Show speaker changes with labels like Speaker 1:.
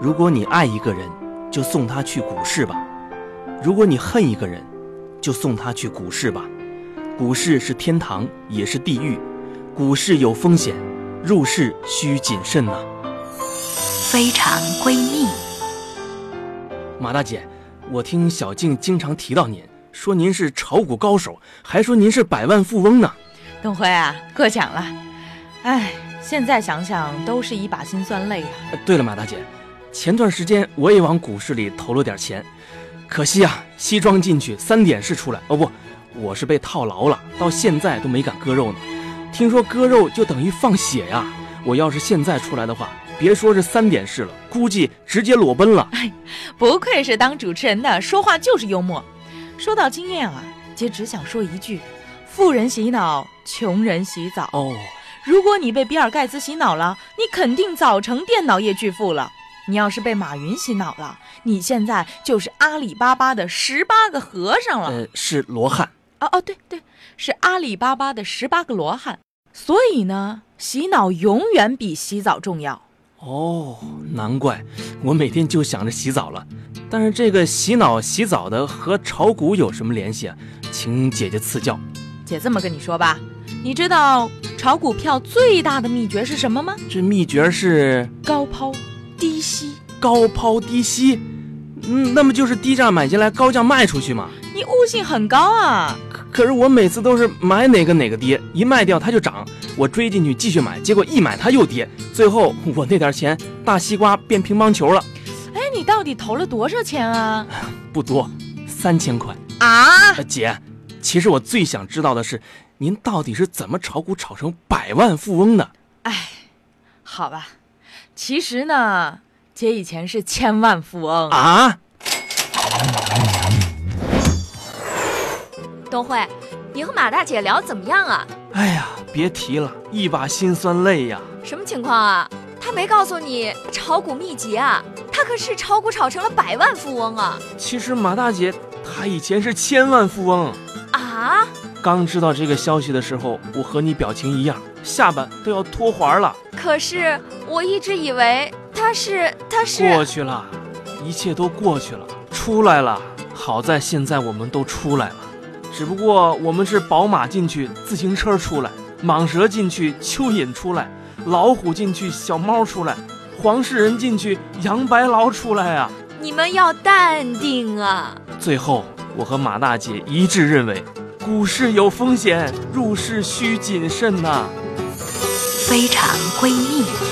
Speaker 1: 如果你爱一个人，就送他去股市吧；如果你恨一个人，就送他去股市吧。股市是天堂，也是地狱。股市有风险，入市需谨慎呐、
Speaker 2: 非常闺蜜，
Speaker 1: 马大姐，我听小静经常提到您，说您是炒股高手，还说您是百万富翁呢。
Speaker 3: 东辉啊，过奖了。哎，现在想想都是一把辛酸泪啊。
Speaker 1: 呃对了，马大姐，前段时间我也往股市里投了点钱，可惜啊，西装进去三点式出来，哦不，我是被套牢了，到现在都没敢割肉呢。听说割肉就等于放血呀、我要是现在出来的话，别说是三点式了，估计直接裸奔了。
Speaker 3: 不愧是当主持人的，说话就是幽默。说到经验啊，姐只想说一句：富人洗脑，穷人洗澡。
Speaker 1: 哦，
Speaker 3: 如果你被比尔盖茨洗脑了，你肯定早成电脑业巨富了；你要是被马云洗脑了，你现在就是阿里巴巴的十八个和尚了。
Speaker 1: 呃，是罗汉。
Speaker 3: 哦哦，对对，是阿里巴巴的十八个罗汉。所以呢，洗脑永远比洗澡重要。
Speaker 1: 哦，难怪我每天就想着洗澡了。但是这个洗脑洗澡的和炒股有什么联系啊？请姐姐赐教。
Speaker 3: 姐这么跟你说吧，你知道炒股票最大的秘诀是什么吗？
Speaker 1: 这秘诀是
Speaker 3: 高抛低吸。
Speaker 1: 高抛低吸，嗯，那么就是低价买进来，高价卖出去嘛。
Speaker 3: 你悟性很高啊！
Speaker 1: 可可是我每次都是买哪个哪个跌，一卖掉它就涨，我追进去继续买，结果一买它又跌，最后我那点钱大西瓜变乒乓球了，
Speaker 3: 哎，你到底投了多少钱啊？
Speaker 1: 不多，三千块。
Speaker 3: 啊！
Speaker 1: 呃姐，其实我最想知道的是，您到底是怎么炒股炒成百万富翁的？
Speaker 3: 哎，好吧，其实呢，姐以前是千万富翁。
Speaker 1: 啊，
Speaker 2: 东辉，你和马大姐聊怎么样啊？
Speaker 1: 哎呀，别提了，一把辛酸泪呀。
Speaker 2: 什么情况啊？她没告诉你炒股秘籍啊？她可是炒股炒成了百万富翁啊！
Speaker 1: 其实马大姐她以前是千万富翁。
Speaker 2: 啊，
Speaker 1: 刚知道这个消息的时候，我和你表情一样，下巴都要脱环了。
Speaker 2: 可是我一直以为她是她
Speaker 1: 过
Speaker 2: 是
Speaker 1: 去了，一切都过去了，出来了。好在现在我们都出来了，只不过我们是宝马进去，自行车出来，蟒蛇进去，蚯蚓出来，老虎进去，小猫出来，黄世仁进去，杨白劳出来啊。
Speaker 2: 你们要淡定啊！
Speaker 1: 最后，我和马大姐一致认为，股市有风险，入市需谨慎呐、
Speaker 2: 非常闺蜜。